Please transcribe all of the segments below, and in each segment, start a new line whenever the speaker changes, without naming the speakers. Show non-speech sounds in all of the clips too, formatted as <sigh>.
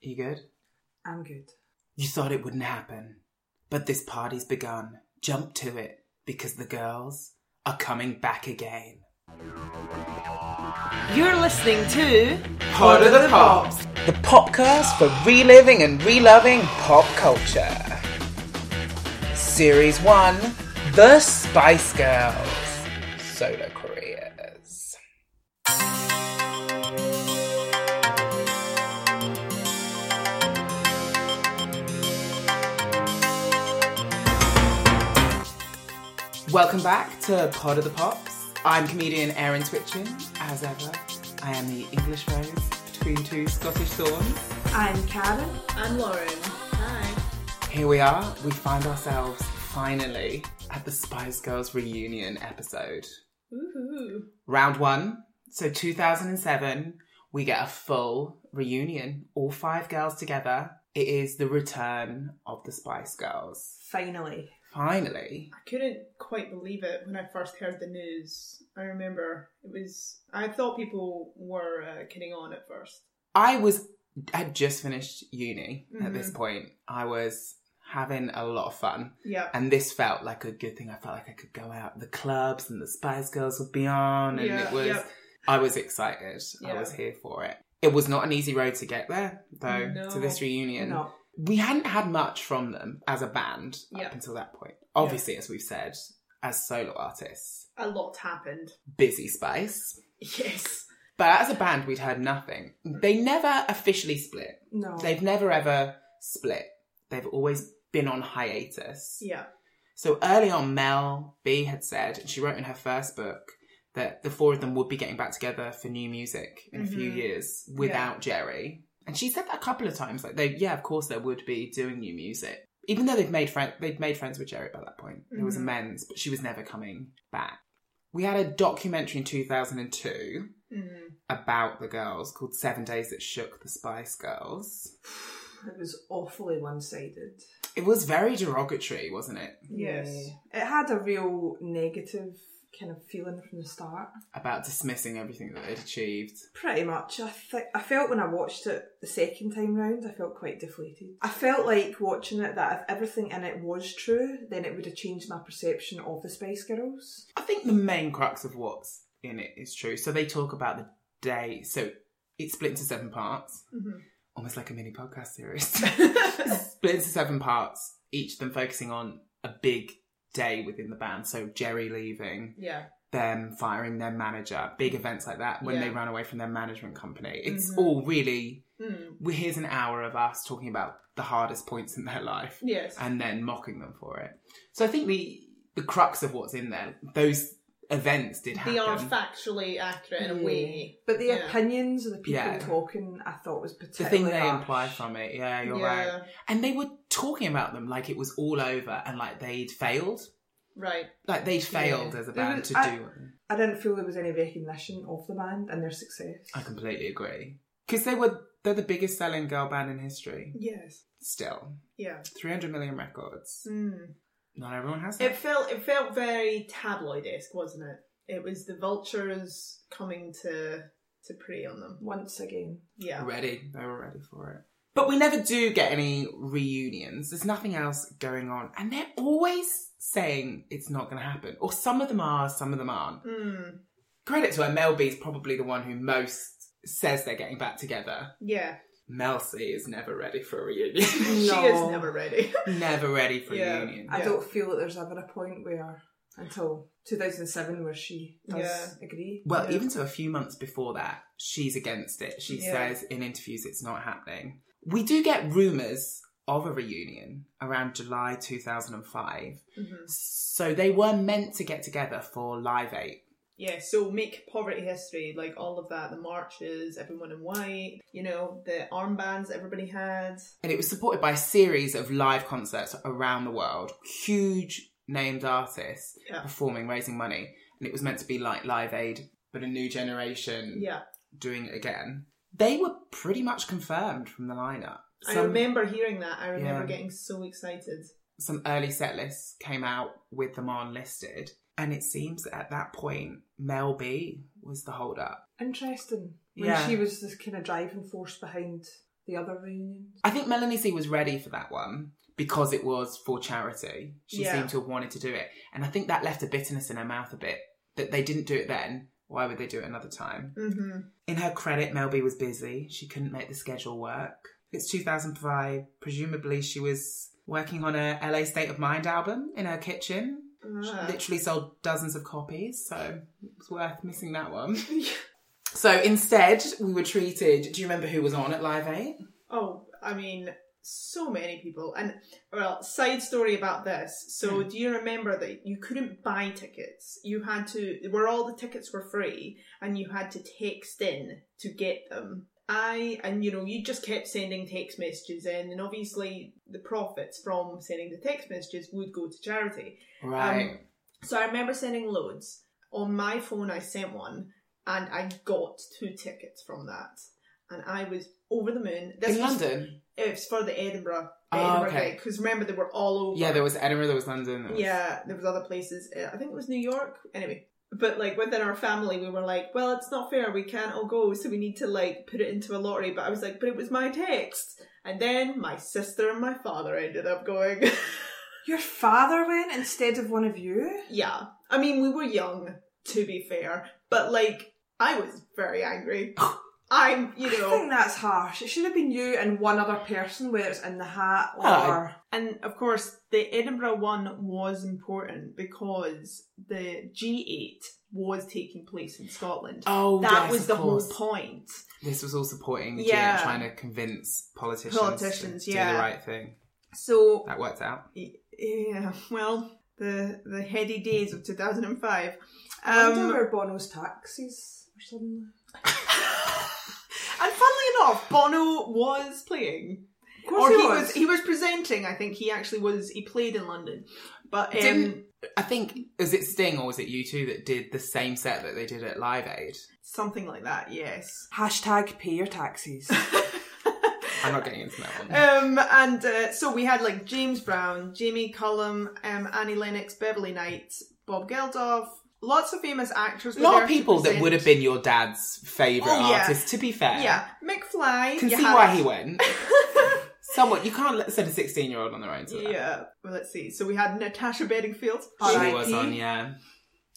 You good?
I'm good.
You thought it wouldn't happen. But this party's begun. Jump to it, because the girls are coming back again.
You're listening to
Pod of the Pops! The podcast for reliving and reloving pop culture. Series 1 The Spice Girls Solo Careers. Welcome back to Pod of the Pops. I'm comedian Erin Twitchin, as ever. I am the English rose between two Scottish thorns.
I'm Karen.
I'm Lauren. Hi.
Here we are. We find ourselves finally at the Spice Girls reunion episode.
Woohoo.
Round one. So 2007, we get a full reunion. All five girls together. It is the return of the Spice Girls.
Finally.
Finally.
I couldn't quite believe it when I first heard the news. I remember it was. I thought people were uh, kidding on at first.
I was, had just finished uni at
Mhm.
this point. I was having a lot of fun.
Yeah.
And this felt like a good thing. I felt like I could go out. The clubs and the Spice Girls would be on, and
yeah.
it was.
yeah.
I was excited. I
Yeah.
was here for it. It was not an easy road to get there, though,
No.
to this reunion.
No.
We hadn't had much from them as a band
Yeah.
up until that point. Obviously, as we've said, as solo artists,
A lot happened. <laughs>
busy Spice.
Yes.
But as a band, we'd heard nothing.
Mm.
They never officially split.
No.
They've never ever split. They've always been on hiatus.
Yeah.
So early on, Mel B had said, and she wrote in her first book, that the four of them would be getting back together for new music in a few
Mhm.
years without Jerry. And she said that a couple of times, like they, yeah, of course they would be doing new music, even though they've made friends. They'd made friends with Jerry by that point. There was
Mhm.
amends, but she was never coming back. We had a documentary in 2002
Mm.
about the girls called Seven Days That Shook the Spice Girls.
It was awfully one sided.
It was very derogatory, wasn't it?
Yes.
It had a real negative kind of feeling from the start.
About dismissing everything that they'd achieved.
Pretty much. I think I felt when I watched it the second time round, I felt quite deflated. I felt like watching it that if everything in it was true, then it would have changed my perception of the Spice Girls.
I think the main crux of what's in it is true. So they talk about the day. So it's split into seven parts,
Mhm.
almost like a mini podcast series. <laughs> split into seven parts, each of them focusing on a big day within the band. So Jerry leaving,
yeah.
them firing their manager, big events like that when
Yeah.
they ran away from their management company. It's
Mhm.
all really.
Mm.
well, Here's an hour of us talking about the hardest points in their life
Yes.
and then mocking them for it. So I think the the crux of what's in there, those events did happen.
they are factually accurate in a way.
But the
Yeah.
opinions of the people
Yeah.
talking, I thought was
the
particularly
thing they
harsh.
imply from it, yeah, you're
yeah.
right. And they were talking about them like it was all over and like they'd failed.
Right.
Like they'd failed
Yeah.
as a
There
band
was-
to
I-
do it.
I didn't feel there was any recognition of the band and their success.
I completely agree. Because they were they're the biggest selling girl band in history.
Yes.
Still.
Yeah.
Three hundred million records.
Mm.
Not everyone has that.
It felt it felt very tabloid esque, wasn't it? It was the vultures coming to to prey on them.
Once again,
Yeah.
ready. They were ready for it. But we never do get any reunions. There's nothing else going on. And they're always saying it's not going to happen. Or some of them are, some of them aren't.
Mm,
Credit to her, Mel B's probably the one who most says they're getting back together.
yeah.
Mel C is never ready for a reunion. <laughs>
She
No.
is never ready. <laughs>
never ready for
Yeah.
a reunion.
I
Yeah.
don't feel that there's ever a point where until 2007 where she does agree.
Well,
Yeah.
even to a few months before that, she's against it. She
Yeah.
says in interviews it's not happening. We do get rumours of a reunion around July 2005.
Mhm.
So they were meant to get together for Live 8.
Yeah. So make poverty history, like all of that, the marches, everyone in white, you know, the armbands everybody had.
And it was supported by a series of live concerts around the world. Huge named artists
Yeah.
performing, raising money. And it was meant to be like Live Aid, but a new generation
Yeah.
doing it again. They were pretty much confirmed from the lineup.
I
Some,
remember hearing that. I remember
Yeah.
getting so excited.
some early set lists came out with them on listed. And it seems that at that point, Mel B was the holdup.
Interesting. When
Yeah.
she was this kind of driving force behind the other reunions.
I think Melanie C was ready for that one because it was for charity. She
Yeah.
seemed to have wanted to do it. And I think that left a bitterness in her mouth a bit that they didn't do it then. Why would they do it another time?
Mm-hmm.
In her credit, Mel B was busy. She couldn't make the schedule work. It's 2005. Presumably, she was working on a LA State of Mind album in her kitchen. She
Ah.
literally sold dozens of copies, so it was worth missing that
<laughs>
one. So instead, we were treated. Do you remember who was on at Live 8?
Oh, I mean, so many people. And, well, side story about this. So, do you remember that you couldn't buy tickets? You had to, where all the tickets were free, and you had to text in to get them. I, and you know, you just kept sending text messages in, and obviously the profits from sending the text messages would go to charity.
Right.
Um, so I remember sending loads. On my phone, I sent one, and I got two tickets from that. And I was over the moon.
in
was-
London?
it's for the Edinburgh. The
Oh,
Edinburgh
okay.
Because remember, they were all over.
Yeah, there was Edinburgh, there was London. There was...
Yeah, there was other places. Uh, I think it was New York. Anyway, but like within our family, we were like, "Well, it's not fair. We can't all go, so we need to like put it into a lottery." But I was like, "But it was my text." And then my sister and my father ended up going. <laughs>
Your father went instead of one of you?
yeah, I mean, we were young to be fair, but like I was
<laughs>
very angry. I'm, you
I
know,
think that's harsh. It should have been you and one other person, whether it's in the hat or.
Well, I-
And of course, the Edinburgh one was important because the G8 was taking place in Scotland.
Oh,
that
yes,
was
of
the
course.
whole point.
This was all supporting the
Yeah.
G8, trying to convince politicians,
Politicians,
to do
yeah.
the right thing.
So,
That worked out.
y- yeah, well, the the heady days of 2005.
I wonder
Um,
where Bono's taxis or something.
and funnily enough, Bono was playing,
Of course he, was.
he was presenting. I think he actually was. He played in London, but um,
Didn't- I think, was it Sting or was it you two that did the same set that they did at Live Aid?
something like that.
<laughs>
Yes.
Hashtag pay
<laughs>
your taxis.
I'm not getting into that one.
Um, and uh, so we had like James Brown, Jamie Cullum, um, Annie Lennox, Beverly Knight, Bob Geldof, lots of famous actors.
a
were
lot
there
of
to
people that
present.
would have been your dad's favourite
Oh, yeah.
artist, to be fair.
Yeah, McFly.
Can
you
see
had-
why he went. Someone, you can't let, send a 16 year old on their own to that.
<laughs> Yeah. Well, let's see. So we had Natasha Bedingfield.
She
R.I.P..
was on, yeah.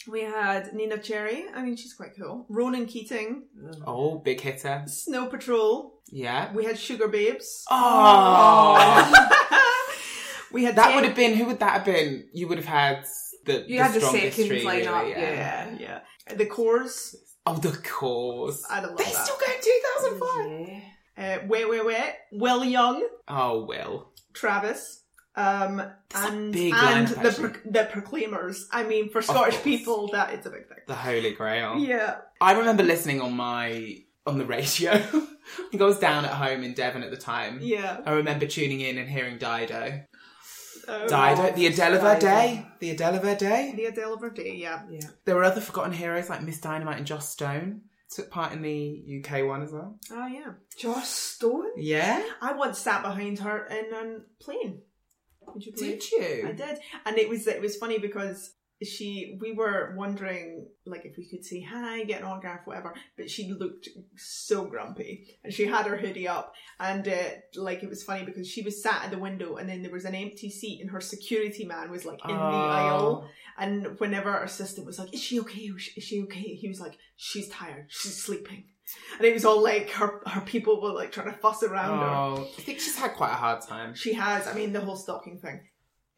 We had Nina Cherry. I mean, she's quite cool. Ronan Keating.
Oh, big hitter.
Snow Patrol.
Yeah.
We had Sugar Babes.
Oh.
<laughs> we had
That
Jen-
would have been. Who would that have been? You would have had the,
You
the
had the
strongest
second
three,
lineup,
really,
Yeah, yeah. The Coors.
Oh, the course.
I don't love
They
that.
still go in two thousand five.
Yeah.
Uh, wait, wait, wait. Will Young,
Oh, Will.
Travis, um,
That's a
and
big
and
lineup,
the
actually.
pro- the Proclaimers. I mean, for Scottish
course. Oh.
people, that it's a big thing.
The Holy Grail.
Yeah,
I remember listening on my on the radio. <laughs> I think I was down at home in Devon at the time.
yeah.
I remember tuning in and hearing Dido.
Um,
Dido, the Adele of her
Dido.
day. The Adele of her day.
The Adele of her day. Yeah.
yeah.
There were other forgotten heroes like Miss Dynamite and Joss Stone. Took part in the UK one as well.
Oh yeah.
Joss Stone?
Yeah.
I once sat behind her in a plane. Would you believe?
Did you?
I did, and it was it was funny because she we were wondering like if we could say hi, get an autograph, whatever. But she looked so grumpy, and she had her hoodie up, and uh, like it was funny because she was sat at the window, and then there was an empty seat, and her security man was like in the aisle,
Oh.
and whenever our assistant was like, "Is she okay? Is she- is she okay?" He was like, "She's tired. She's sleeping." And it was all like her, her people were like trying to fuss around her.
Oh, I think she's had quite a hard time.
She has, I mean, the whole stalking thing.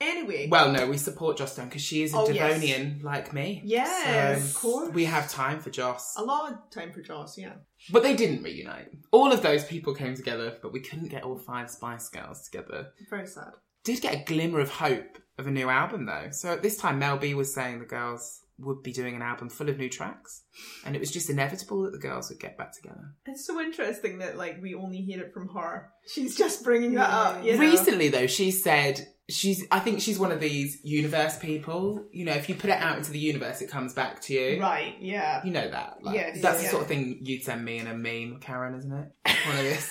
Anyway,
Well, no, we support Joss Stone because she is a
Oh, yes.
Devonian like me.
Yes,
So
of course.
We have time for Joss.
a lot of time for Jaws, yeah.
But they didn't reunite. All of those people came together, but we couldn't get all five Spice Girls together.
Very sad.
Did get a glimmer of hope of a new album though. So at this time, Mel B was saying the girls would be doing an album full of new tracks, and it was just inevitable that the girls would get back together.
It's so interesting that like we only hear it from her. She's just bringing that up. You know?
Recently, though, she said she's. I think she's one of these universe people. You know, if you put it out into the universe, it comes back to you.
right? Yeah.
You know that. Like,
Yes,
that's the
yeah.
sort of thing you'd send me in a meme, Karen, isn't it? One of
<laughs>
this.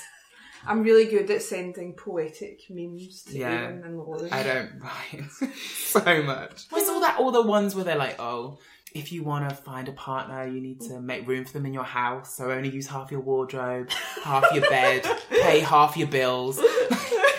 I'm really good at sending poetic memes to
Yeah.
Eamon and Lauren.
<laughs> I don't write so much. It's all that all the ones where they're like, oh, if you want to find a partner, you need to make room for them in your house. So only use half your wardrobe, half your
<laughs>
bed, pay half your bills.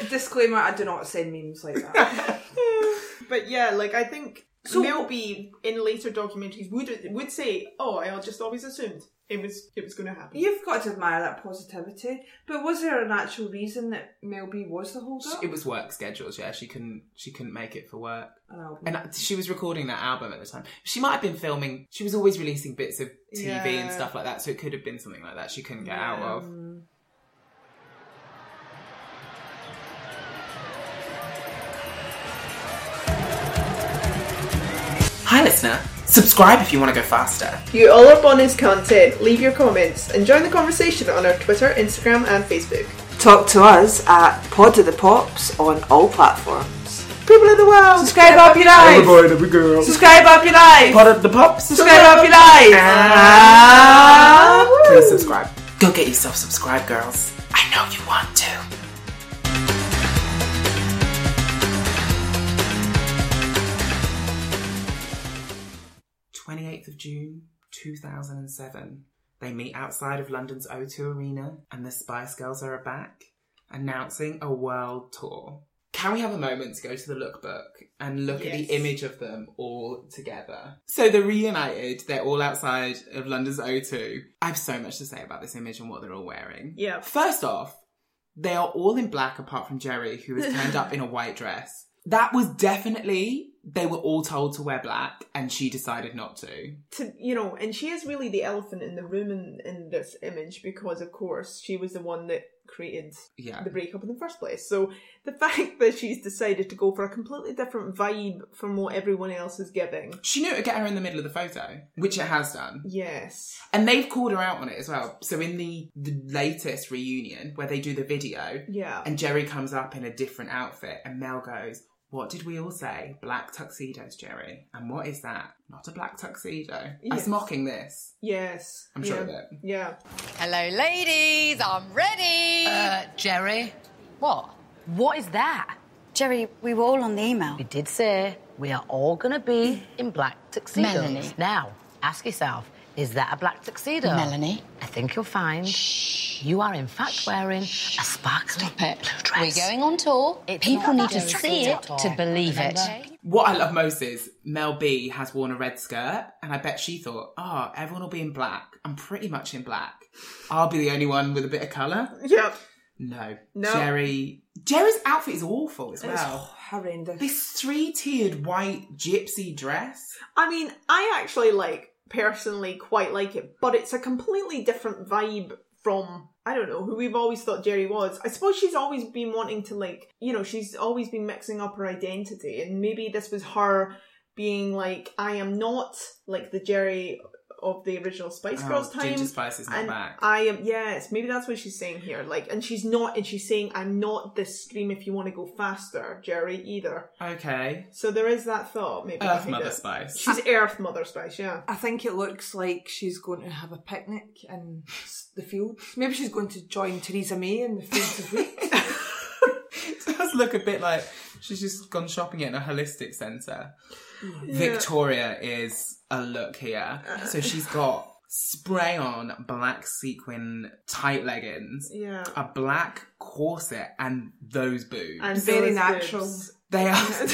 Disclaimer: I do not send memes like <laughs> that.
<laughs> but yeah, like I think
So-
Melby in later documentaries would would say, "Oh, I just always assumed it was it was going to happen."
You've got to admire that positivity. But was there an actual reason that Mel B was the holder?
It was work schedules. Yeah, she couldn't she couldn't make it for work,
An album.
and I- she was recording that album at the time. She might have been filming. She was always releasing bits of TV and
Yeah.
stuff like that. So it could have been something like that. She couldn't get out
Yeah.
of. Hi, listener. Subscribe if you want to go faster.
You all up on his content. Leave your comments and join the conversation on our Twitter, Instagram, and Facebook.
Talk to us at Pod of the Pops on all platforms. People of the world, subscribe up your eyes.
every girl.
Subscribe up your eyes.
Pod of the pops.
Subscribe up your eyes.
Ah.
Ah, woo.
Please subscribe. Go get yourself subscribed, girls. I know you want to. Twenty eighth of June, two thousand and seven. They meet outside of London's O2 Arena, and the Spice Girls are back, announcing a world tour. Can we have a moment to go to the lookbook and look at
Yes.
the image of them all together? So they're reunited, they're all outside of London's O2. I have so much to say about this image and what they're all wearing.
Yeah.
First off, they are all in black apart from Jerry, who has turned up in a white dress. That was definitely, they were all told to wear black, and she decided not to.
To you know, and she is really the elephant in the room in, in this image because, of course, she was the one that created
Yeah.
the breakup in the first place. So the <laughs> fact that she's decided to go for a completely different vibe from what everyone else is giving.
She knew it would get her in the middle of the photo, which it has done.
Yes.
And they've called her out on it as well. So in the, the latest reunion where they do the video,
Yeah.
and Jerry comes up in a different outfit, and Mel goes, What did we all say? Black tuxedos, Jerry. And what is that? Not a black tuxedo.
Yes.
It's mocking this.
yes.
I'm sure
yeah.
of it.
Yeah.
Hello, ladies. I'm ready.
Uh, Jerry? What? What is that?
Jerry, we were all on the email.
We did say we are all going to be in black tuxedos.
Melanie.
Now, ask yourself, is that a black tuxedo?
Melanie.
I think you'll find you are in fact wearing a sparkling
Stop it.
blue dress.
We're going on tour.
It's
People
not
need to
that
see it
difficult.
to believe it.
What I love most is Mel B has worn a red skirt, and I bet she thought, Oh, everyone will be in black. I'm pretty much in black. I'll be the only one with a bit of colour.
Yeah.
No.
No.
Jerry. Jerry's outfit is awful as well.
Horrendous.
This three tiered white gypsy dress.
I mean, I actually like personally quite like it, but it's a completely different vibe from I don't know who we've always thought Jerry was. I suppose she's always been wanting to like, you know, she's always been mixing up her identity, and maybe this was her being like, I am not like the Jerry of the original Spice Girls
Oh,
time.
Ginger Spice is not
and
back.
I am yes, maybe that's what she's saying here. Like, and she's not, and she's saying, "I'm not this scream if you want to go faster, Jerry." Either.
okay.
So there is that thought. Maybe
Earth
behind
Mother
it.
Spice.
She's Earth Mother Spice, yeah.
I think it looks like she's going to have a picnic in s- the fields. Maybe she's going to join Theresa May in the fields of wheat.
<laughs> It does look a bit like she's just gone shopping at a holistic centre. Victoria is a look here.
Uh.
So she's got spray on black sequin tight leggings,
Yeah.
a black corset, and those boobs.
And
Very
those
natural.
boobs.
they are.
<laughs>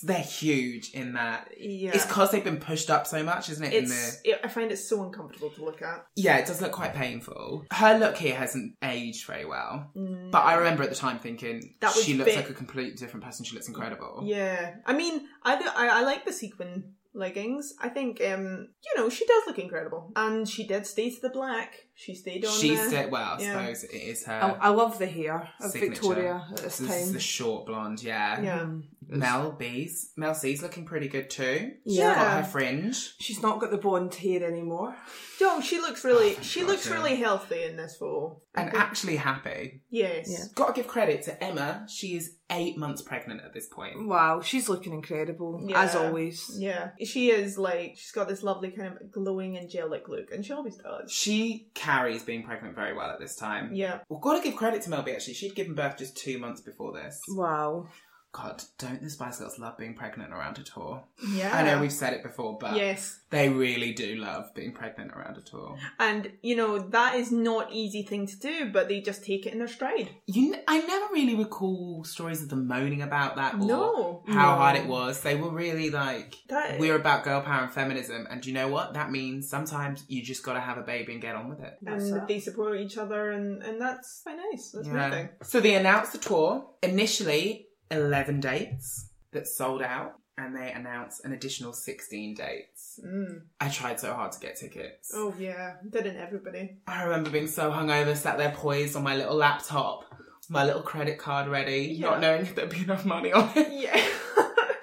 They're huge in that.
Yeah.
It's because they've been pushed up so much, isn't it? in the,
It's, it, I find it so uncomfortable to look at.
yeah, it does look quite painful. Her look here hasn't aged very well. But I remember at the time thinking
Mm. That was
she looks
big.
like a completely different person. She looks incredible.
Yeah. I mean, I, do- I, I like the sequin leggings. I think, um, you know, she does look incredible. And she did stay to the black. She stayed on
She
the-
said, well, I
Yeah. Oh, uh,
suppose it is her.
I, I love the hair of
signature.
Victoria at this
This is
time.
the short blonde, yeah.
Yeah.
Mel B's. Mel C's looking pretty good too. She's
Yeah.
got her fringe.
She's not got the blonde hair anymore.
No, she looks really, she
Oh, God,
looks
yeah.
really healthy in this photo.
And actually happy.
Yes.
Gotta give credit to Emma. She is eight months pregnant at this
Mm.
point.
Wow, she's looking incredible as
Yeah.
always.
Yeah. She is like, she's got this lovely kind of glowing angelic look. And she always does.
She carries being pregnant very well at this time.
Yeah.
Well, gotta give credit to Mel B actually. She'd given birth just two months before this.
Wow.
God, don't the Spice Girls love being pregnant around a tour?
Yeah.
I know we've said it before, but
Yes.
they really do love being pregnant around a tour.
And you know that is not easy thing to do, but they just take it in their stride.
You, kn- I never really recall stories of them moaning about that or
No.
how
No.
hard it was. They were really like,
That-
we're about girl power and feminism, and do you know what? That means sometimes you just gotta have a baby and get on with it.
That's
and
it.
they support each other, and and that's quite nice. That's
Yeah.
moving.
So they announced the tour, initially 11 dates that sold out, and they announced an additional 16 dates.
Mm.
I tried so hard to get tickets.
Oh yeah, didn't everybody?
I remember being so hungover, sat there poised on my little laptop, my little credit card ready,
Yeah.
not knowing <laughs> if there'd be enough money on it.
Yeah. <laughs>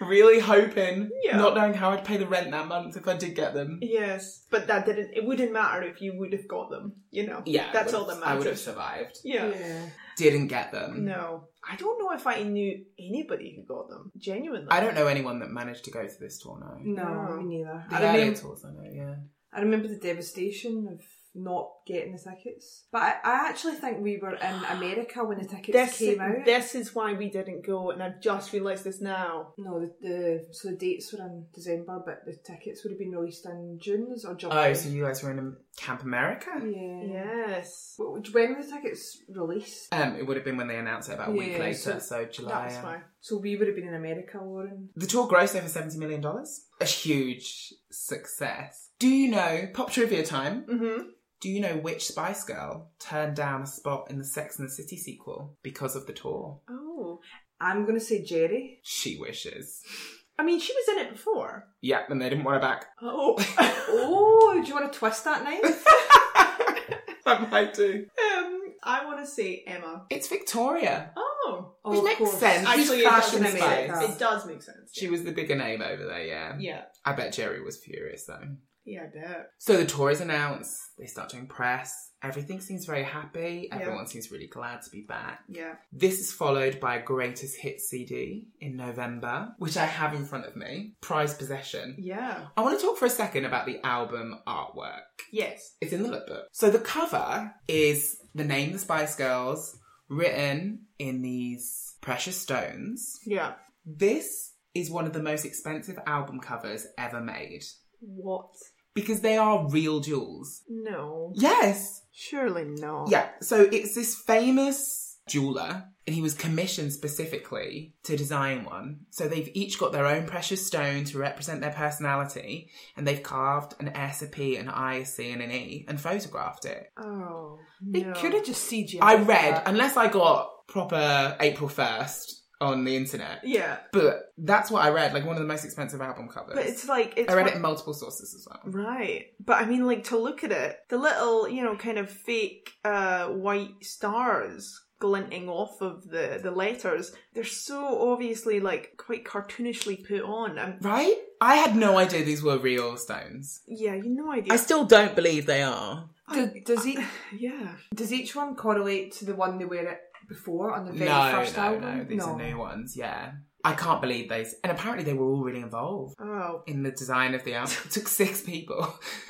really hoping,
Yeah.
not knowing how I'd pay the rent that month if I did get them.
yes, but that didn't. It wouldn't matter if you would have got them. You know.
Yeah,
That's
I
all that
would've-
matters.
I would have survived.
Yeah.
Didn't get them.
No, I don't know if I knew anybody who got them. Genuinely,
I don't know anyone that managed to go to this tour. No,
No, me neither.
the
I
earlier
remember,
tours, I know. Yeah,
I remember the devastation of not getting the tickets. But I, I actually think we were in America when the tickets
This
came out.
this is why we didn't go, and I've just realised this now.
No, the, the so the dates were in December, but the tickets would have been released in June's or July.
Oh, so you guys were in um, Camp America?
yeah.
Yes,
Wh- which- When were the tickets released?
Um, it would have been when they announced it about a week
Yeah,
later, so,
so
July.
that's
um,
why.
So we would have been in America, Lauren.
The tour grossed over seventy million dollars. A huge success. Do you know pop trivia time?
Mm-hmm.
Do you know which Spice Girl turned down a spot in the Sex and the City sequel because of the tour?
Oh,
I'm gonna say Jerry.
She wishes.
I mean, she was in it before.
Yep, and they didn't want her back. <laughs>
Oh,
Oh, do you want to twist that knife?
I might do.
um, I want to say Emma.
It's Victoria.
Oh,
Oh,
Which
of
makes
course.
sense. She's
actually, it does
fashion
make
spice.
sense. It does make sense.
She was the bigger name over there, yeah.
Yeah,
I bet Jerry was furious though.
yeah, I bet.
So the tour is announced, they start doing press. Everything seems very happy.
Yeah.
Everyone seems really glad to be back.
Yeah.
This is followed by a greatest hit CD in November, which I have in front of me. Prize Possession.
Yeah.
I want to talk for a second about the album artwork.
Yes.
It's in the lookbook. So the cover is the name the Spice Girls written in these precious stones.
Yeah.
This is one of the most expensive album covers ever made
What?
because they are real jewels.
No.
Yes.
Surely not.
Yeah. So it's this famous jeweler and he was commissioned specifically to design one. So they've each got their own precious stone to represent their personality and they've carved an S, a P, an I, a C, and an E and photographed it.
Oh.
They
no.
could have just CGI.
I read, unless I got proper April 1st on the internet,
Yeah.
but that's what I read, like one of the most expensive album covers.
But it's like it's
I read
one-
it in multiple sources as well.
Right. But I mean like to look at it, the little, you know, kind of fake uh white stars glinting off of the the letters, they're so obviously like quite cartoonishly put on. i
Right? I had no idea these were real stones.
yeah, you no idea.
I still don't believe they are.
Do, does each
<sighs> yeah.
does each one correlate to the one they were at before on the very
No,
first
no,
album?
no. These are new ones, yeah. I can't believe these. And apparently they were all really involved
Oh.
in the design of the album. It took six people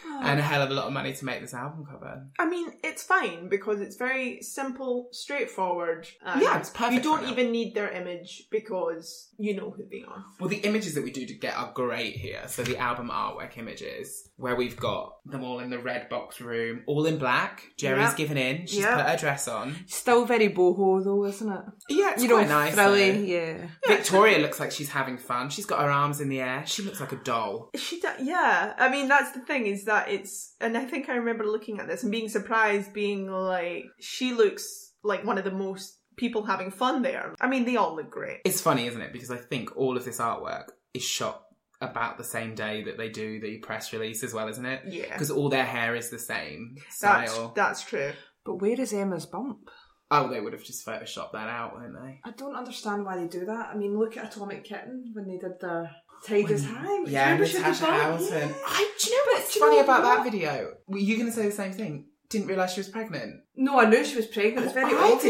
Oh.
and a hell of a lot of money to make this album cover.
I mean, it's fine because it's very simple, straightforward. And
Yeah, it's perfect
You
for
don't
now.
even need their image because you know who they are.
Well, the images that we do to get are great here. So the album artwork images, where we've got them all in the red box room, all in black. Jerry's
Yeah.
given in. She's
Yeah.
put her dress on.
Still very boho though, isn't it?
Yeah, it's
you
quite
know,
nice. eh?
frilly,
though.
yeah.
Victoria looks like she's having fun. She's got her arms in the air. She looks like a doll.
She do- yeah. I mean, that's the thing is that it's, and I think I remember looking at this and being surprised, being like, she looks like one of the most people having fun there. I mean, they all look great.
It's funny, isn't it? Because I think all of this artwork is shot about the same day that they do the press release as well, isn't it?
Yeah.
Because all their hair is the same
That's
style.
that's true.
But where is Emma's bump?
Oh, they would have just photoshopped that out, wouldn't they?
I don't understand why they do that. I mean, look at Atomic Kitten when they did their Tiger's High.
Yeah,
Remember she had the
Natasha
bump?
Howson.
Yeah.
I, do you know what's
do you
funny
know
about that
what?
video? Were you going to say the same thing? Didn't realise she was pregnant.
No, I knew she was pregnant. It's
Oh,
very
I
obvious.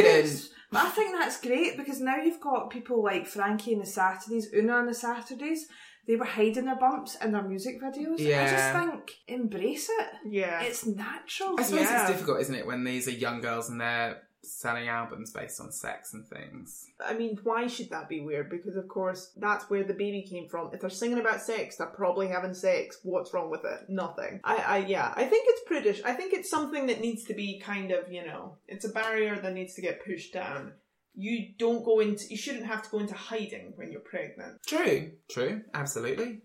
didn't.
But I think that's great because now you've got people like Frankie and the Saturdays, Una and the Saturdays. They were hiding their bumps in their music videos. I just
Yeah.
think embrace it.
Yeah.
It's natural.
I suppose
Yeah.
it's difficult, isn't it, when these are young girls and they're selling albums based on sex and things.
I mean, why should that be weird? Because of course that's where the baby came from. If they're singing about sex, they're probably having sex. What's wrong with it? Nothing. I, I yeah, I think it's prudish. I think it's something that needs to be kind of, you know, it's a barrier that needs to get pushed down. You don't go into you shouldn't have to go into hiding when you're pregnant.
True, true, absolutely.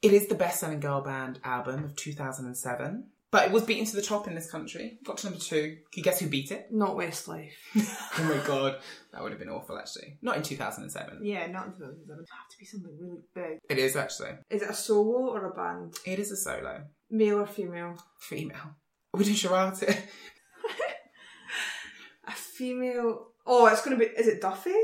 It is the best selling girl band album of 2007, but it was beaten to the top in this country. Got to number two. Can you guess who beat it?
Not Westlife.
Oh my god, that would have been awful actually. Not in 2007.
Yeah, not in 2007. It have to be something really big.
It is actually.
Is it a solo or a band?
It is a solo.
Male or female?
Female. <laughs> Would you shout it?
A female. Oh, it's going to be. Is it Duffy?
<laughs>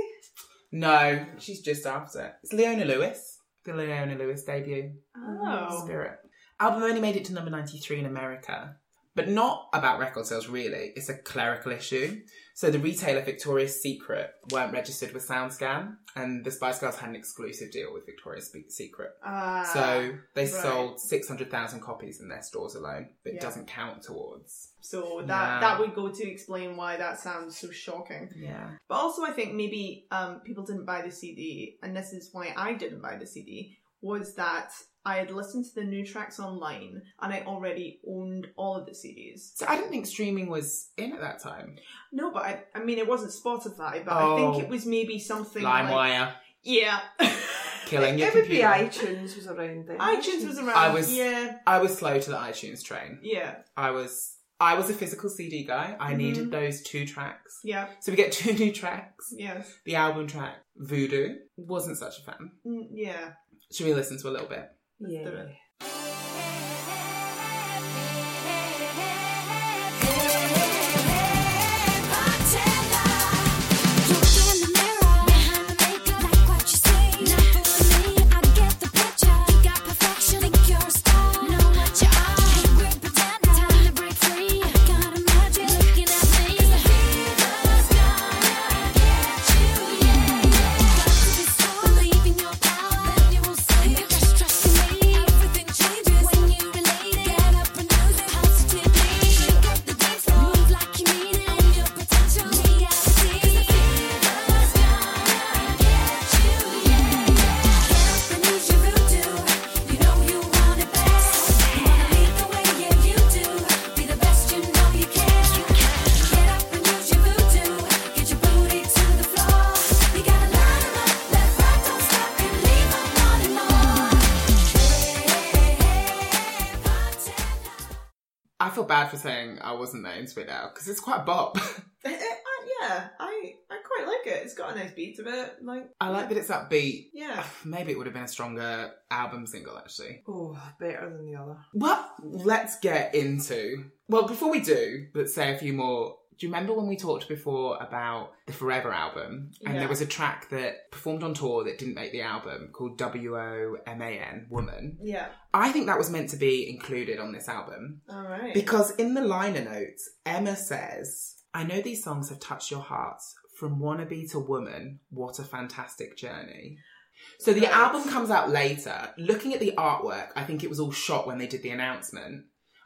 No, she's just after it. It's Leona Lewis. The Leona Lewis debut.
Oh.
Spirit. Album only made it to number 93 in America, but not about record sales really. It's a clerical issue. So the retailer Victoria's Secret weren't registered with SoundScan, and the Spice Girls had an exclusive deal with Victoria's Spe- Secret.
Ah,
so they
right.
sold 600,000 copies in their stores alone, but
Yeah.
it doesn't count towards.
So that
Yeah.
that would go to explain why that sounds so shocking.
Yeah.
But also, I think maybe um, people didn't buy the CD, and this is why I didn't buy the CD, was that I had listened to the new tracks online and I already owned all of the CDs.
So I didn't think streaming was in at that time.
No, but I, I mean, it wasn't Spotify, but I
Oh.
think it was maybe something like.
LimeWire,
Yeah. <laughs>
killing your
It would be
computer.
iTunes was around then.
iTunes was around.
I was-
Yeah.
I was slow to the iTunes train.
Yeah.
I was I was a physical CD guy. I
Mhm.
needed those two tracks.
Yeah.
So we get <laughs> two new tracks.
Yes.
The album track Voodoo wasn't such a fan.
Mm, yeah.
Should we listen to a little bit?
Yeah.
I feel bad for saying I wasn't that into it now because it's quite a bop. <laughs>
Uh, uh, yeah. I, I quite like it. It's got a nice beat to it. Like.
I like that it's upbeat.
Yeah.
Maybe it would have been a stronger album single actually.
Oh, better than the other.
Well, let's get into. Well, before we do, let's say a few more. Do you remember when we talked before about the Forever album? And
Yeah.
there was a track that performed on tour that didn't make the album called W O M A N, Woman.
Yeah.
I think that was meant to be included on this album
All right.
because in the liner notes, Emma says, I know these songs have touched your hearts. From wannabe to woman, what a fantastic journey. So the
Right.
album comes out later. Looking at the artwork, I think it was all shot when they did the announcement.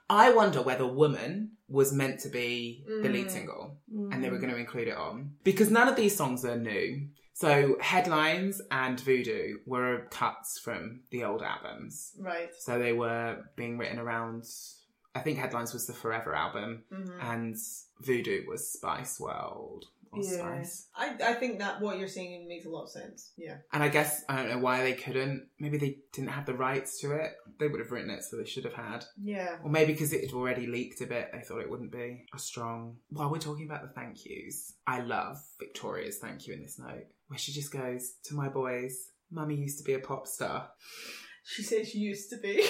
I wonder whether Woman was meant to be the lead
Mm.
single and they were going to include it on. Because none of these songs are new. So Headlines and Voodoo were cuts from the old albums.
right.
So they were being written around. I think Headlines was the Forever album,
Mhm.
and Voodoo was Spice World or
Yeah.
Spice.
I, I think that what you're saying makes a lot of sense. Yeah.
And I guess I don't know why they couldn't. Maybe they didn't have the rights to it. They would have written it, so they should have had.
Yeah.
Or maybe because it had already leaked a bit, they thought it wouldn't be a strong. While we're talking about the thank yous, I love Victoria's thank you in this note, where she just goes to my boys. Mummy used to be a pop star.
She says she used to be.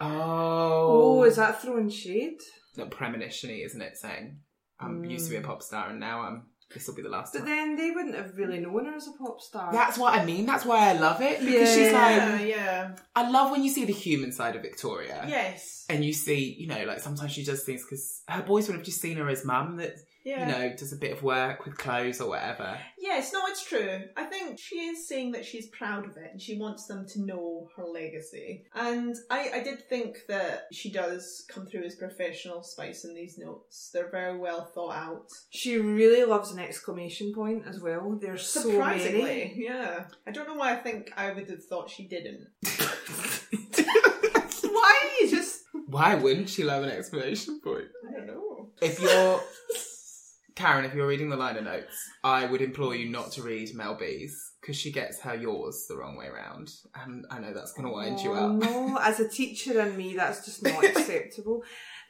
Oh,
Oh, is that throwing shade?
not premonition-y, isn't it? Saying I'm used to be a pop star and now I'm this will be the last
Mm. But
time.
then they wouldn't have really known her as a pop star.
That's what I mean. That's why I love it because she's
<laughs> yeah,
like
yeah.
I love when you see the human side of Victoria.
Yes.
And you see, you know, like sometimes she does things because her boys would have just seen her as mum that,
Yeah.
you know, does a bit of work with clothes or whatever.
yes, no, it's true. I think she is saying that she's proud of it and she wants them to know her legacy. And I, I did think that she does come through as professional spicing these notes. They're very well thought out.
She really loves an exclamation point as well. There's so
Surprisingly,
many.
yeah. I don't know why I think I would have thought she didn't.
<laughs> Why? You just
Why wouldn't she love an explanation point?
I don't know.
If you're Karen, if you're reading the liner notes, I would implore you not to read Mel B's because she gets her yours the wrong way around, and I know that's going to wind you
Oh,
up.
no, as a teacher in me, that's
<laughs>
just not acceptable.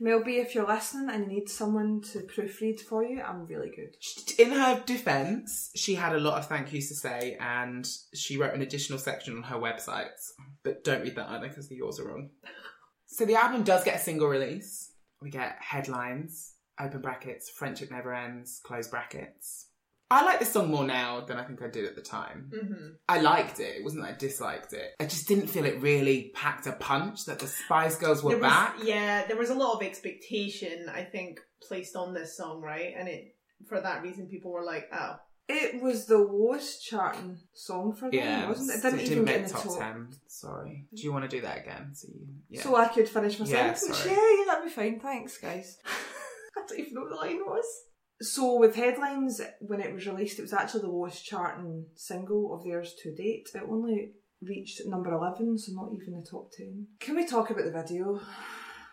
Melby, if you're listening and you need someone to proofread for you, I'm really good.
In her defense, she had a lot of thank yous to say, and she wrote an additional section on her websites. But don't read that either because the yours are wrong. So the album does get a single release. We get headlines, open brackets, friendship never ends, close brackets. I like this song more now than I think I did at the time.
hmm
I liked it. It wasn't that I disliked it. I just didn't feel it really packed a punch that the Spice Girls were
There was-
back.
Yeah, there was a lot of expectation, I think, placed on this song, right? And it for that reason, people were like, "Oh,
It was the lowest charting song for them,
Yeah,
wasn't it? It
so
didn't even
didn't
get in
make
the
top,
top.
ten. Sorry. Do you want to do that again? So you, yeah.
So I could finish my
Yeah,
sentence.
sorry.
Yeah, yeah, that'd be fine. Thanks, guys. <laughs> I don't even know what the line was. So with headlines, when it was released, it was actually the lowest charting single of theirs to date. It only reached number eleven, so not even the top ten. Can we talk about the video?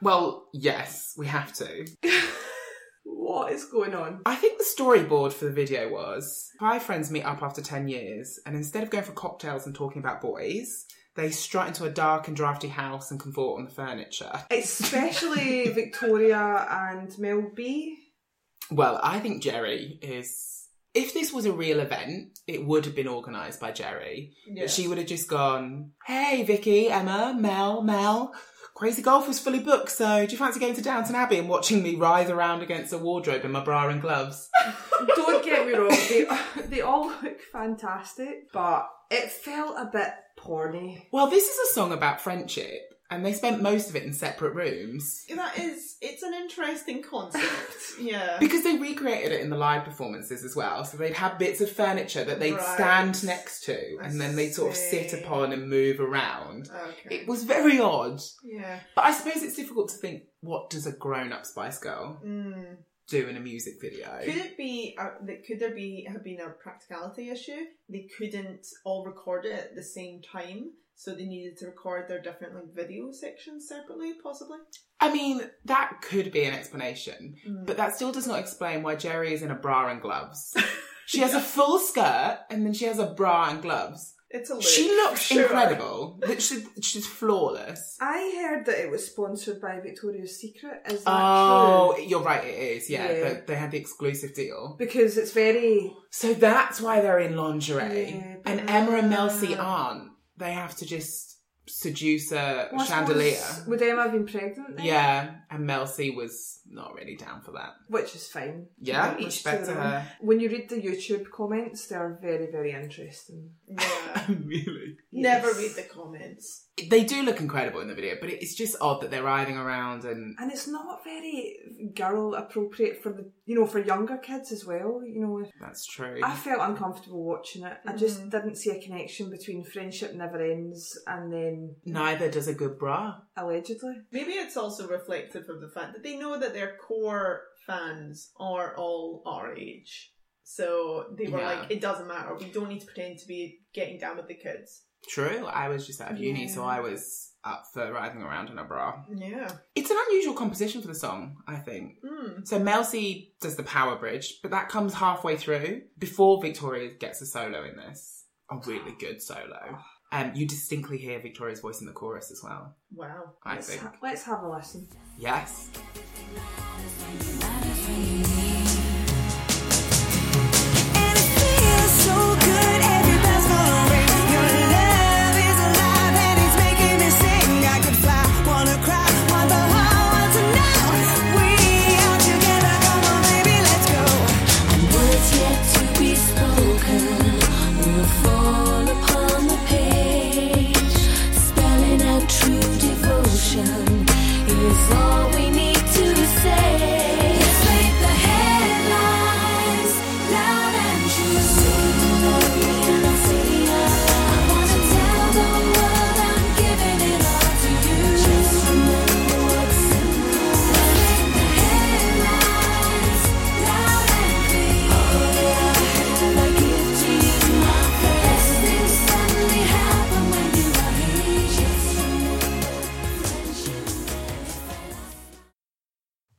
Well, yes, we have to.
What is going on?
I think the storyboard for the video was five friends meet up after 10 years, and instead of going for cocktails and talking about boys, they strut into a dark and drafty house and convert on the furniture. <laughs>
Especially Victoria and Mel B.
Well, I think Jerry is. If this was a real event, it would have been organised by Jerry.
yeah."
But she would have just gone, hey, Vicky, Emma, Mel, Mel, Crazy Golf was fully booked, so do you fancy going to Downton Abbey and watching me writhe around against a wardrobe in my bra and gloves? <laughs>
Don't get me wrong, they, <laughs> they all look fantastic, but it felt a bit porny.
well, this is a song about friendship, and they spent most of it in separate rooms.
that is, it's an interesting
<laughs>
concept. yeah,
Because they recreated it in the live performances as well, so they'd have bits of furniture that they'd
Right.
stand next to,
I
and then they sort of sit
see.
upon and move around.
okay,
It was very odd,
yeah,
but I suppose it's difficult to think what does a grown-up Spice Girl
mm.
do in a music video?
could it be? Uh, that- could there be have been a practicality issue? They couldn't all record it at the same time, so they needed to record their different like video sections separately, possibly.
I mean, that could be an explanation,
Mm.
but that still does not explain why Jerry is in a bra and
<laughs>
gloves. She has a full skirt and then she has a bra and gloves.
It's a look.
She looks
Sure.
incredible. That she, she's flawless.
I heard that it was sponsored by Victoria's Secret. Is that
Oh,
true?
you're right, it is. Yeah,
Yeah.
They, they had the exclusive deal.
Because it's very.
So that's why they're in lingerie.
Yeah, but- uh,
and Emma and Melcy aren't. They have to just seduce a
Well, I
chandelier.
suppose- Would Emma have been pregnant then?
Yeah, and Melcy was not really down for
<laughs>
that.
Which is fine.
Yeah,
Each
respect
their
to
own.
her.
When you read the YouTube comments, they're very, very interesting.
<laughs>
Yeah.
really?
Never
Yes.
read the comments.
They do look incredible in the video, but it's just odd that they're writhing around and.
And it's not very girl appropriate for the, you know, for younger kids as well. You know,
That's true.
I felt uncomfortable watching it. I just didn't see a connection between friendship never ends and then
Neither does a good bra.
allegedly.
Maybe it's also reflective of the fact that they know that their core fans are all our age. So they were
Yeah.
like, it doesn't matter. We don't need to pretend to be getting down with the kids.
True, I was just out of uni, so
Yeah.
I was up for writhing around in a bra.
Yeah.
It's an unusual composition for the song, I think.
Mm.
So Mel C does the power bridge, but that comes halfway through before Victoria gets a solo in this. A really good solo. Um, you distinctly hear Victoria's voice in the chorus as well,
Wow.
I
Let's,
think.
ha- let's have a listen.
Yes.
And it feels so good every pass forward. Your love is alive and it's making me sing. I could fly, wanna cry, want the whole world to know. We are together, come on, baby, let's go. And words yet to be spoken will fall upon the page, spelling out true devotion is all we need to say.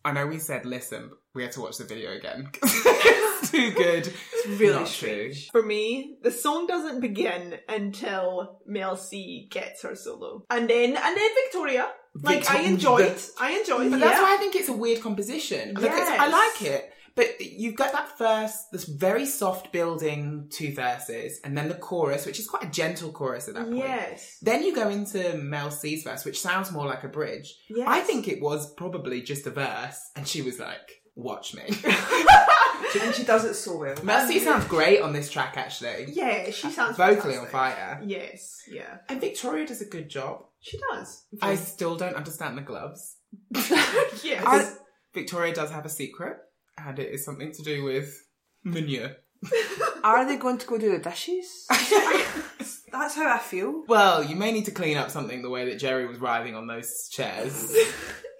I know we said listen, but we had to watch the video again. <laughs> it's too good. It's
really
strange.
For me, the song doesn't begin until Mel C gets her solo, and then and then Victoria. Like I
Victor-
enjoyed, I enjoyed.
But that's why I think it's a weird composition. Like, it's- I
Yes.
like it. But you've got that first, this very soft building two verses, and then the chorus, which is quite a gentle chorus at that point.
Yes.
Then you go into Mel C's verse, which sounds more like a bridge.
Yes.
I think it was probably just a verse, and she was like, watch <laughs> me.
and she does it so well.
Mel C sounds great on this track, actually.
Yeah, she sounds
Vocally on
fantastic.
fire.
Yes, yeah,
And Victoria does a good job.
she does.
I still don't understand the gloves.
yes,
Because Victoria does have a secret, and it is something to do with
Hmm.
manure. <laughs>
Are they going to go do the
<laughs>
dishes? That's how I feel.
Well, you may need to clean up something the way that Jerry was writhing on those
<laughs>
chairs. <laughs>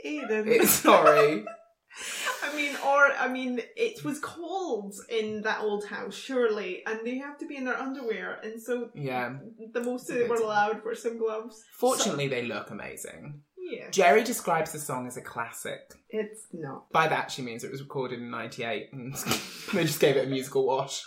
Aiden.
It's- sorry.
I mean, or I mean, it was cold in that old house, surely, and they have to be in their underwear, and so
Yeah.
the most that they were allowed were some gloves.
Fortunately, they look amazing.
Yeah,
Jerry describes the song as a classic.
it's not.
By that, she means it was recorded in 98 and <laughs> they just gave it a musical wash.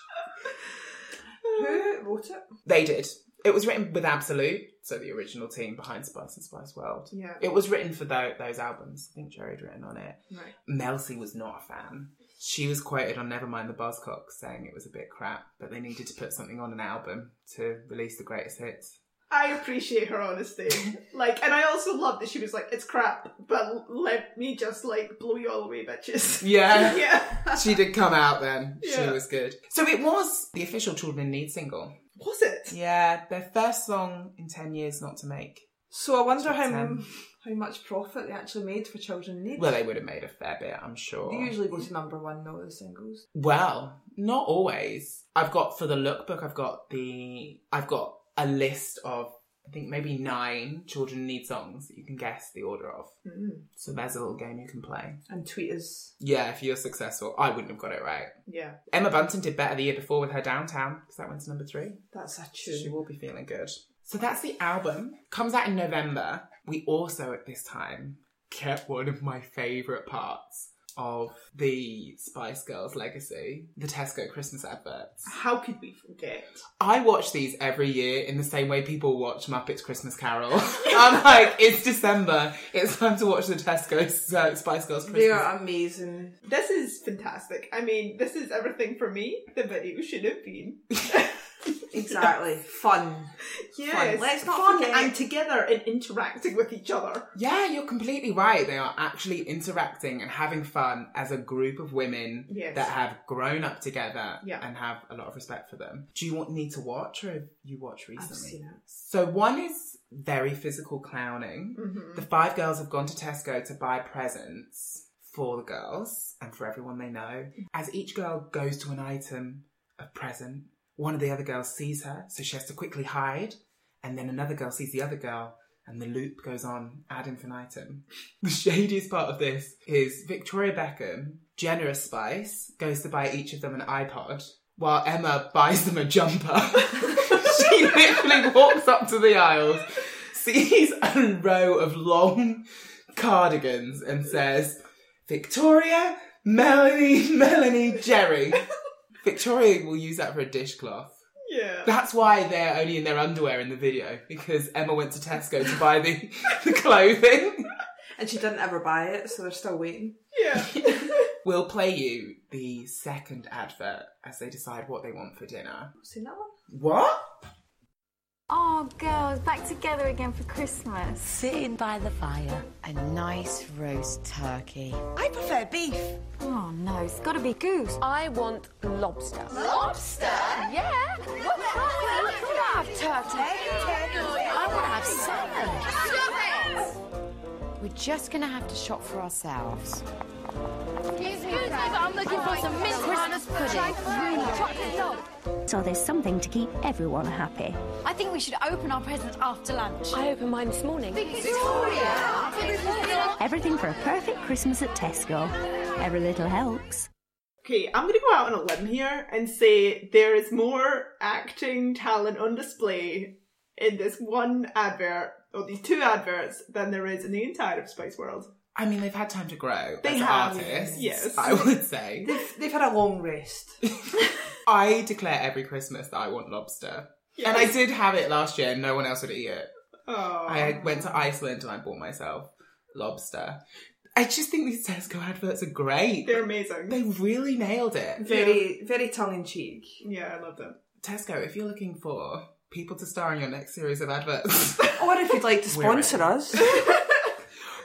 Who wrote it?
They did. It was written with Absolute, so the original team behind Spice and Spice World.
Yeah.
It was written for tho- those albums. I think Jerry'd written on it.
Right.
Mel C was not a fan. She was quoted on Nevermind the Buzzcocks saying it was a bit crap, but they needed to put something on an album to release the greatest hits.
I appreciate her honesty. Like, and I also love that she was like, "It's crap, but let me just like blow you all away,
<laughs>
bitches." <laughs>
Yeah.
yeah.
She did come out then. She
Yeah.
was good. So it was the official Children in Need single.
Was it?
Yeah, their first song in 10 years not to make.
So I wonder how
Ten.
how much profit they actually made for Children in Need.
Well, they would have made a fair bit, I'm sure.
they usually go to number one though, the singles.
Well, not always. I've got for the lookbook. I've got the. I've got a list of. I think maybe nine children need songs that you can guess the order of. So there's a little game you can play.
And tweet us.
Yeah, if you're successful, I wouldn't have got it right.
Yeah.
Emma Bunton did better the year before with her Downtown because that went to number three.
That's a
She
tune.
will be feeling good. So that's the album. Comes out in November. We also at this time kept one of my favourite parts of the Spice Girls legacy, the Tesco Christmas adverts.
How could we forget?
I watch these every year in the same way people watch Muppets Christmas
<laughs>
Carol. I'm like, it's December. It's time to watch the Tesco uh, Spice Girls Christmas.
They are amazing.
This is fantastic. I mean, this is everything for me. The video should have been. <laughs>
<laughs>
Exactly. Fun.
Yes,
Let's not
fun
forget-
and together and interacting with each other.
Yeah, you're completely right. They are actually interacting and having fun as a group of women
Yes.
that have grown up together
Yeah.
and have a lot of respect for them. Do you want need to watch or have you watched recently?
seen it.
So one is very physical clowning. The five girls have gone to Tesco to buy presents for the girls and for everyone they know. As each girl goes to an item of present, one of the other girls sees her, so she has to quickly hide and then another girl sees the other girl, and the loop goes on ad infinitum. The shadiest part of this is Victoria Beckham, generous Spice, goes to buy each of them an iPod, while Emma buys them a jumper. <laughs> she literally walks up to the aisles, sees a row of long cardigans, and says, Victoria, Melanie, Melanie, Jerry. Victoria will use that for a dishcloth.
Yeah.
That's why they're only in their underwear in the video because Emma went to Tesco to buy the, <laughs> the clothing.
And she didn't ever buy it, so they're still waiting.
Yeah.
We'll play you the second advert as they decide what they want for dinner.
Seen that one?
What?
Oh, girls, back together again for Christmas.
Sitting by the fire.
A nice roast turkey.
I prefer beef.
Oh, no, it's gotta be goose.
I want lobster.
Yeah? What wrong with it? I have turkey.
I want to have salmon. We're just going to have to shop for ourselves.
Excuse me, but I'm looking for some mint Christmas pudding. Chocolate dog.
So there's something to keep everyone happy.
I think we should open our presents after lunch.
I opened mine this morning.
Victoria!
Everything for a perfect Christmas at Tesco. Every little helps.
Okay, I'm gonna go out on a limb here and say there is more acting talent on display in this one advert or these two adverts than there is in the entire of Spice World.
I mean, they've had time to grow
They
as
have,
artists.
yes.
I would say.
<laughs> They've, they've had a
<laughs>
long rest.
I declare every Christmas that I want lobster, and I did have it last year, and no one else would eat it.
Oh.
I went to Iceland and I bought myself lobster. I just think these Tesco adverts are great.
They're amazing.
They really nailed it.
Very, very tongue in cheek.
yeah, I love them.
Tesco, if you're looking for people to star in your next series of
<laughs>
adverts,
Or if you'd like to
We're in.
sponsor us,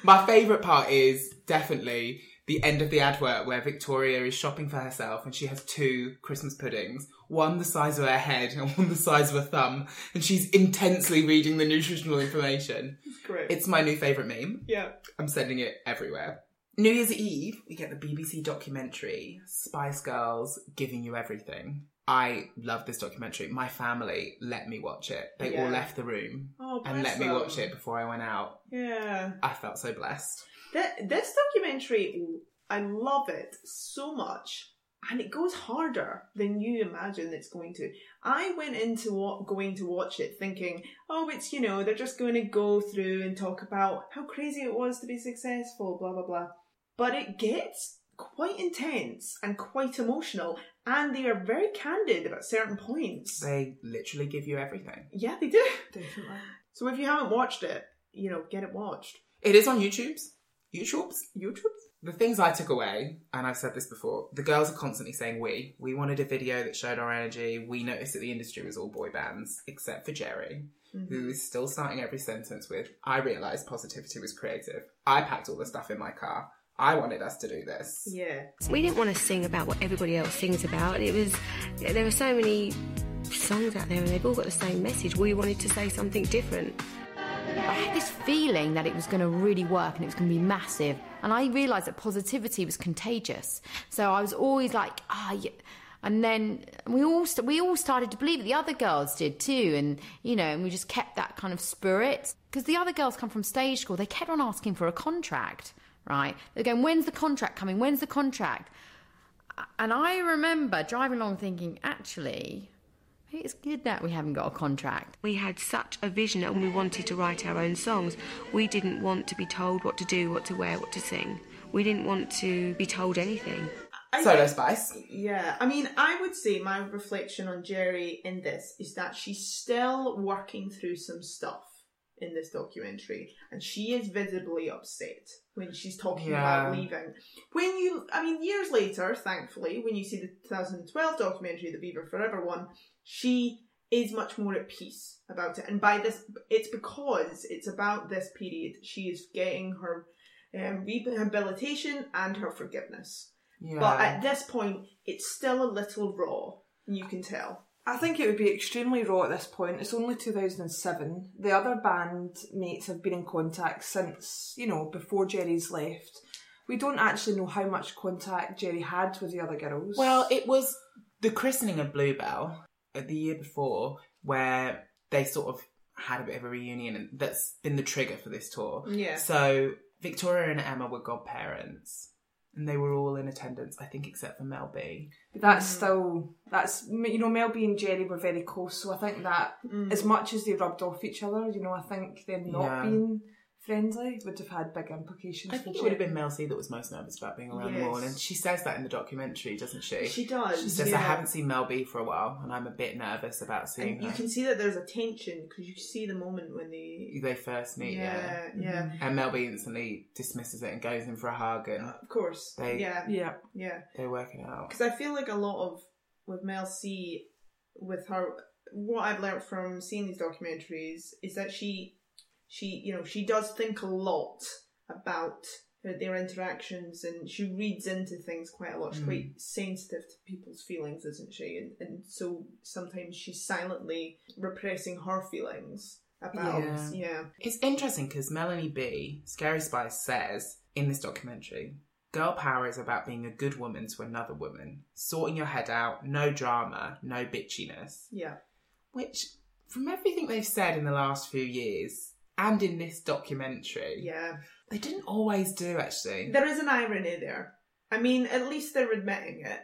my favourite part is definitely the end of the advert where Victoria is shopping for herself and she has two Christmas puddings, one the size of her head and <laughs> one the size of her thumb, and she's intensely reading the nutritional information.
It's great.
It's my new favourite meme.
yeah.
I'm sending it everywhere. New Year's Eve, we get the BBC documentary, Spice Girls Giving You Everything. I love this documentary. My family let me watch it. They all
Yeah.
left the room
Oh,
and let
bless
me
them.
watch it before I went out.
Yeah.
I felt so blessed.
Th- this documentary, I love it so much, and it goes harder than you imagine it's going to. I went into wa- going to watch it thinking, oh, it's you know they're just going to go through and talk about how crazy it was to be successful, blah blah blah. But it gets quite intense and quite emotional, and they are very candid about certain points.
They literally give you everything.
yeah, they do.
definitely.
So if you haven't watched it, you know, get it watched.
It is on YouTube's. YouTube's?
YouTube.
The things I took away, and I've said this before, the girls are constantly saying we. We wanted a video that showed our energy. We noticed that the industry was all boy bands, except for Jerry, who is still starting every sentence with, I realised positivity was creative. I packed all the stuff in my car. I wanted us to do this.
Yeah.
We didn't want to sing about what everybody else sings about. It was there were so many songs out there, and they've all got the same message. We wanted to say something different.
I had this feeling that it was going to really work and it was going to be massive. And I realised that positivity was contagious. So I was always like, ah, yeah. and then we all st- we all started to believe it. The other girls did too, and you know, and we just kept that kind of spirit because the other girls come from stage school. They kept on asking for a contract, right? They're going, when's the contract coming? When's the contract? And I remember driving along thinking, actually, maybe it's good that we haven't got a contract.
We had such a vision, and we wanted to write our own songs. We didn't want to be told what to do, what to wear, what to sing. We didn't want to be told anything.
Solo Spice.
Yeah, I mean, I would say my reflection on Jerry in this is that she's still working through some stuff in this documentary, and she is visibly upset when she's talking about
Yeah.
leaving. When you, I mean, years later, thankfully, when you see the 2012 documentary, The Beaver Forever one, she is much more at peace about it. And by this, it's because it's about this period she is getting her um, rehabilitation and her forgiveness.
Yeah.
But at this point, it's still a little raw. You can tell.
I think it would be extremely raw at this point. It's only 2007. The other band mates have been in contact since, you know, before Jerry's left. We don't actually know how much contact Jerry had with the other girls.
Well, it was the christening of Bluebell uh, the year before, where they sort of had a bit of a reunion, and that's been the trigger for this tour.
Yeah.
So Victoria and Emma were godparents, and they were all in attendance, I think, except for Mel B.
But that's still that's you know Mel B and Jerry were very close, so I think that as much as they rubbed off each other, you know, I think them not
Yeah.
being friendly would have had big implications.
I
for
think it would have
Jerry.
been Mel C that was most nervous about being around
Yes.
them all, and she says that in the documentary, doesn't she?
She does,
She says,
yeah.
"I haven't seen Mel B for a while, and I'm a bit nervous about seeing
And you
her."
can see that there's a tension because you see the moment when they.
They first meet, yeah. Mm-hmm.
Yeah, yeah. Uh,
And Mel B instantly dismisses it and goes in for a hug, and
Of course.
They-
yeah,
yeah.
yeah.
they work it out.
Because I feel like a lot of with Mel C, with her, what I've learned from seeing these documentaries is that she, she, you know, she does think a lot about her, their interactions, and she reads into things quite a lot. She's quite sensitive to people's feelings, isn't she? And and so sometimes she's silently repressing her feelings about
Yeah.
yeah.
It's interesting because Melanie B, Scary Spice, says in this documentary, girl power is about being a good woman to another woman, sorting your head out, no drama, no bitchiness.
Yeah.
Which, from everything they've said in the last few years and in this documentary,
Yeah.
they didn't always do actually.
There is an irony there. I mean, at least they're admitting it.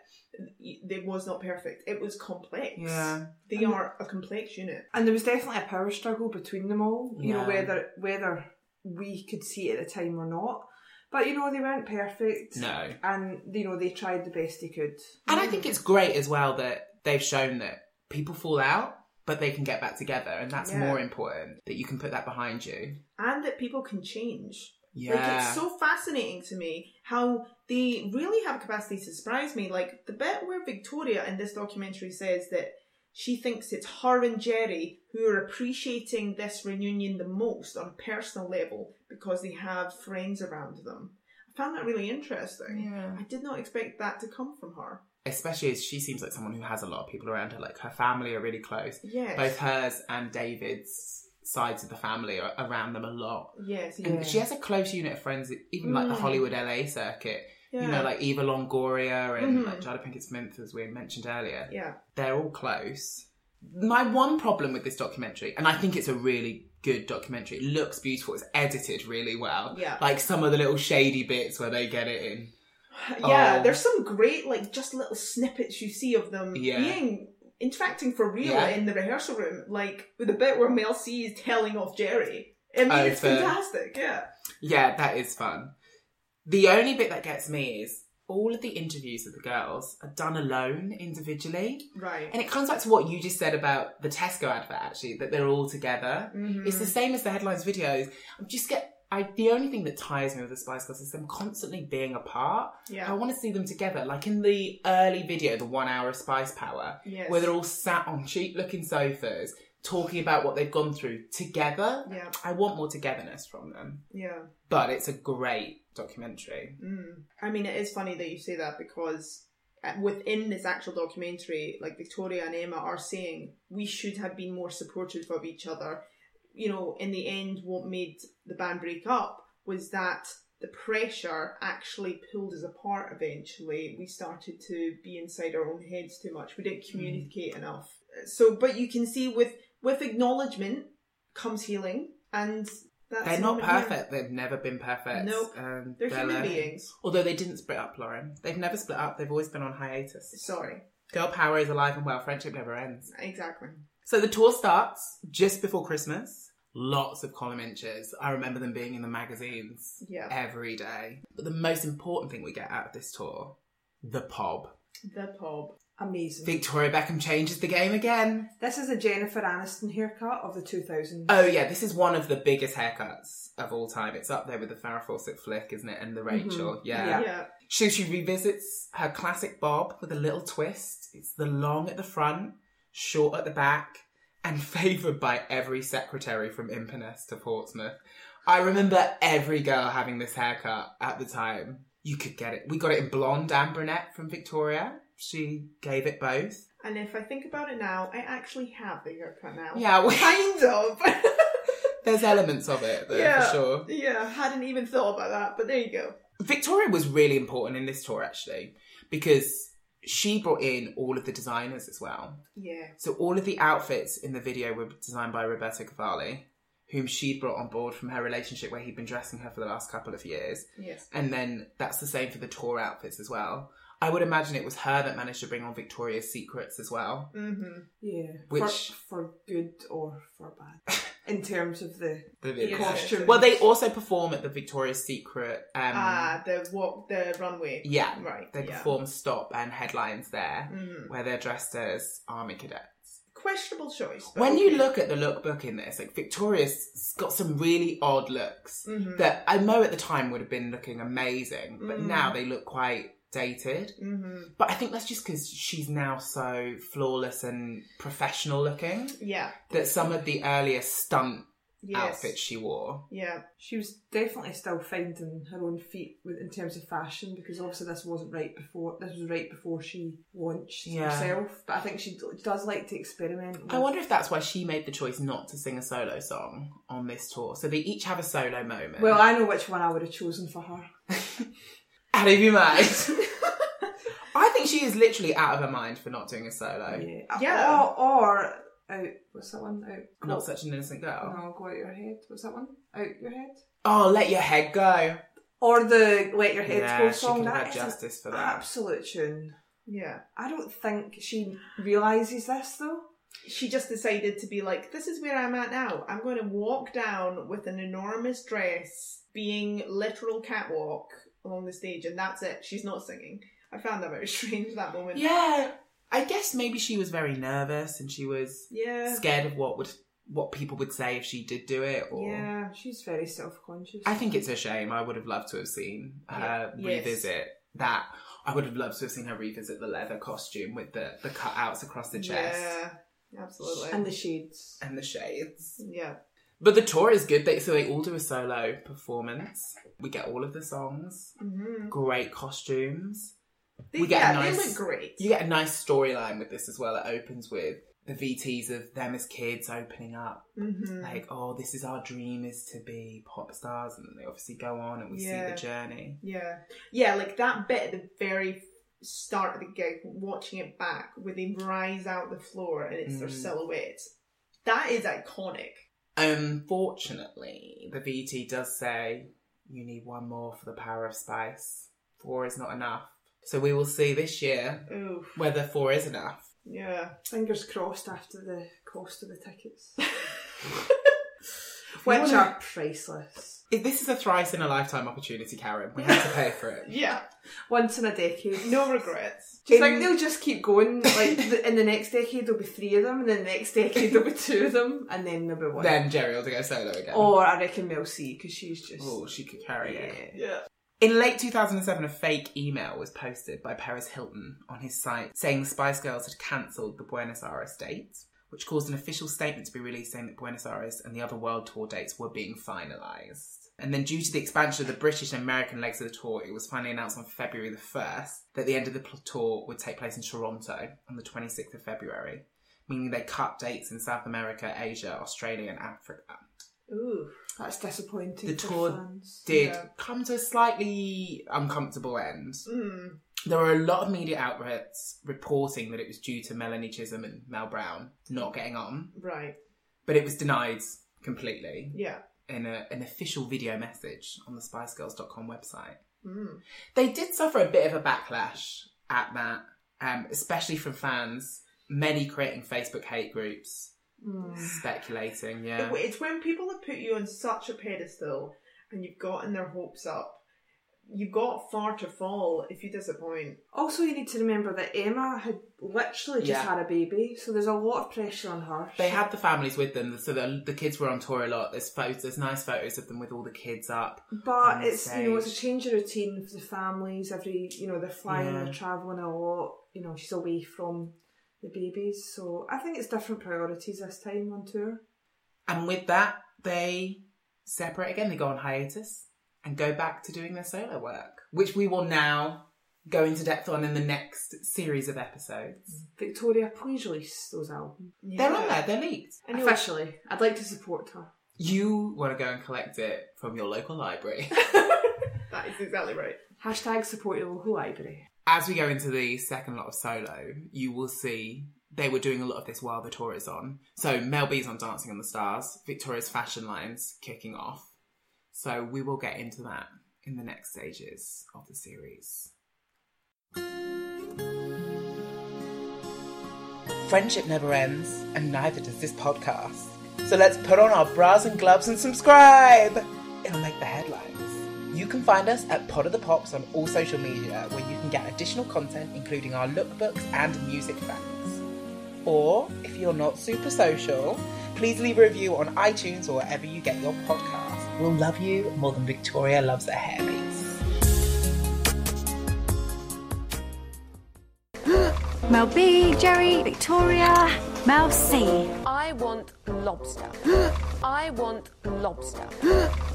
It was not perfect. It was complex.
Yeah.
They are a complex unit.
And there was definitely a power struggle between them all. You know,
Yeah.
whether whether we could see it at the time or not. But you know, they weren't perfect.
No.
And you know, they tried the best they could.
And I think it's great as well that they've shown that people fall out, but they can get back together, and that's
Yeah.
more important that you can put that behind you.
and that people can change. Like
Yeah.
it's so fascinating to me how they really have capacity to surprise me. Like the bit where Victoria in this documentary says that she thinks it's her and Jerry who are appreciating this reunion the most on a personal level because they have friends around them. I found that really interesting.
Yeah.
I did not expect that to come from her.
Especially as she seems like someone who has a lot of people around her. Like her family are really close.
Yes.
Both hers and David's sides of the family are around them a lot.
Yes,
And
yes.
she has a close unit of friends, even like the
Mm.
Hollywood LA circuit. You
Yeah.
know, like Eva Longoria and
Mhm.
like Jada Pinkett Smith, as we mentioned earlier.
Yeah.
They're all close. My one problem with this documentary, and I think it's a really good documentary, it looks beautiful, it's edited really well.
Yeah.
Like some of the little shady bits where they get it in.
Yeah,
Oh.
there's some great like just little snippets you see of them
Yeah.
being interacting for real
Yeah.
in the rehearsal room, like with the bit where Mel C is telling off Jerry. I mean,
Oh,
it's
for-
fantastic. Yeah,
Yeah, that is fun. The only bit that gets me is all of the interviews of the girls are done alone individually.
right.
And it comes back to what you just said about the Tesco advert, actually, that they're all together.
Mhm.
It's the same as the headlines videos. I just get. I, the only thing that tires me with the Spice Girls is them constantly being apart.
Yeah.
I want to see them together, like in the early video, the one hour of Spice Power,
Yes.
where they're all sat on cheap looking sofas talking about what they've gone through together.
Yeah.
I want more togetherness from them.
yeah.
But it's a great documentary.
Mm. I mean, it is funny that you say that because uh, within this actual documentary, like Victoria and Emma are saying, we should have been more supportive of each other. You know, in the end, what made the band break up was that the pressure actually pulled us apart eventually. We started to be inside our own heads too much. We
Hmm.
didn't communicate enough. So, but you can see with with acknowledgement comes healing, and that's
they're
the
not
moment here.
perfect. They've never been perfect.
Nope.
And
They're human
learning.
beings.
Although they didn't split up, Lauren. They've never split up. They've always been on hiatus.
Sorry,
Girl power is alive and well. Friendship never ends.
exactly.
So the tour starts just before Christmas. Lots of column inches. I remember them being in the magazines
Yeah.
every day. But the most important thing we get out of this tour, the pub.
The pub.
Amazing.
Victoria Beckham changes the game again.
This is a Jennifer Aniston haircut of the 2000s.
Oh yeah, this is one of the biggest haircuts of all time. It's up there with the Farrah Fawcett flick, isn't it? And the Rachel. Yeah.
Yeah.
So she revisits her classic bob with a little twist. It's the long at the front, short at the back, and <laughs> favoured by every secretary from Inverness to Portsmouth. I remember every girl having this haircut at the time. You could get it. We got it in blonde and brunette from Victoria. She gave it both.
And if I think about it now, I actually have the haircut now. <laughs>
Yeah, we-
kind of.
<laughs> There's elements of it, though,
yeah,
for sure.
Yeah, hadn't even thought about that, but there you go.
Victoria was really important in this tour actually because she brought in all of the designers as well.
Yeah.
So all of the outfits in the video were designed by Roberto Cavalli, whom she'd brought on board from her relationship where he'd been dressing her for the last couple of years.
Yes.
And then that's the same for the tour outfits as well. I would imagine it was her that managed to bring on Victoria's Secrets as well.
Mm-hmm.
Yeah.
Which-
for, for good or for bad. In terms of the
The video.
costume.
Well, they also perform at the Victoria's Secret. Um,
Ah, the walk, the runway.
yeah,
Right.
They
yeah.
perform stop and headlines there,
Mhm.
where they're dressed as army cadets.
Questionable choice. but
When you
Oh, okay.
look at the lookbook in this, like Victoria's got some really odd looks
Mhm.
that I know at the time would have been looking amazing, but
Mm.
now they look quite dated.
Mhm.
But I think that's just because she's now so flawless and professional looking
Yeah.
that some of the earlier stunt
Yes.
outfits she wore.
Yeah.
She was definitely still finding her own feet with, in terms of fashion because obviously this wasn't right before. This was right before she launched
Yeah.
herself. But I think she d- does like to experiment.
Mm-hmm.
With,
I wonder if that's why she made the choice not to sing a solo song on this tour. So they each have a solo moment.
Well, I know which one I would have chosen for her.
out of your mind.
<laughs>
I think she is literally out of her mind for not doing a solo.
Yeah.
Or, or out. What's that one? Out.
I'm not such an innocent girl.
No, go out your head. What's that one? Out your head.
Oh, let your head go.
Or the Let Your Head
Yeah,
Go
she
song.
could have
That
had
is an
justice for that.
Absolute tune.
Yeah.
I don't think she realizes this though.
She just decided to be like, this is where I'm at now. I'm going to walk down with an enormous dress being literal catwalk along the stage, and that's it. She's not singing. I found that very <laughs> strange that moment.
Yeah, I guess maybe she was very nervous and she was
Yeah.
scared of what would what people would say if she did do it. Or
Yeah, she's very self conscious.
I think it's a shame. I would have loved to have seen her
Yeah. Yes.
revisit that. I would have loved to have seen her revisit the leather costume with the the cutouts across the chest
Yeah, absolutely.
And the shades.
and the shades.
Yeah.
But the tour is good. They so they all do a solo performance. We get all of the songs.
Mm-hmm.
Great costumes.
They- yeah, they look great.
You get a nice storyline with this as well. It opens with the VTs of them as kids opening up,
Mhm.
like, "Oh, this is our dream is to be pop stars," and then they obviously go on and we see
Yeah.
the journey.
Yeah. Yeah, like that bit at the very start of the gig, watching it back, where they rise out the floor and it's their
Mm.
silhouette. That is iconic.
Unfortunately, the VT does say you need one more for the power of spice. Four is not enough. So we will see this year
Oof.
whether four is enough.
Yeah.
Fingers crossed after the cost of the <laughs> tickets,
If you
which
wanna-
are priceless.
If This is a thrice in a lifetime opportunity, Karen. We have to pay for it.
<laughs> Yeah.
Once in a decade.
No regrets.
Do you think they'll just keep going? Like the, in the next decade, there'll be three of them, and then the next decade there'll be two of them, and then there'll be one.
Then Jerry will go solo again.
Or I reckon Mel C because she's just.
Oh, she could carry it.
Yeah.
In late 2007, a fake email was posted by Perez Hilton on his site saying the Spice Girls had cancelled the Buenos Aires date, which caused an official statement to be released saying that Buenos Aires and the other world tour dates were being finalised. And then, due to the expansion of the British and American legs of the tour, it was finally announced on February the 1st that the end of the pl- tour would take place in Toronto on the 26th of February, meaning they cut dates in South America, Asia, Australia, and Africa
Ooh.
That's disappointing.
the
for
tour
fans.
did
Yeah.
come to a slightly uncomfortable end.
Mm.
There were a lot of media outlets reporting that it was due to Melanie Chisholm and Mel Brown not getting on,
Right.
but it was denied completely
Yeah.
in a, an official video message on the SpiceGirls.com website.
Mm.
They did suffer a bit of a backlash at that, um, especially from fans, many creating Facebook hate groups, speculating, yeah.
Mm. It- It's when people have put you on such a pedestal and you've gotten their hopes up. You've got far to fall if you disappoint.
Also, you need to remember that Emma had literally just
Yeah.
had a baby, so there's a lot of pressure on her.
They had the families with them, so the, the kids were on tour a lot. There's photos, there's nice photos of them with all the kids up. on
But
the
it's you know it's a
stage.
change of routine for the families. Every you know they're flying,
Yeah.
they're traveling a lot. You know she's away from the babies, so I think it's different priorities this time on tour.
And with that, they separate again. They go on hiatus and go back to doing their solo work, which we will now go into depth on in the next series of episodes.
Victoria, please release those albums
They're on there. They're leaked.
Anyway,
officially. I'd like to support her.
You want to go and collect it from your local library. <laughs>
that is exactly right.
Hashtag support your local library.
As we go into the second lot of solo, you will see they were doing a lot of this while the tour is on. So Mel B's on Dancing on the Stars, Victoria's fashion lines kicking off. So we will get into that in the next stages of the series. Friendship never ends, and neither does this podcast. So let's put on our bras and gloves and subscribe! It'll make the headlines. You can find us at Pod of the Pops on all social media, where you can get additional content, including our lookbooks and music facts. Or, if you're not super social, please leave a review on iTunes or wherever you get your podcast. We'll love you more than Victoria loves a hairpiece.
Mel B, Jerry, Victoria, Mel C.
I want lobster. I want lobster.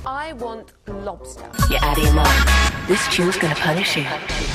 I want lobster.
You're adding up. This tune's gonna punish you.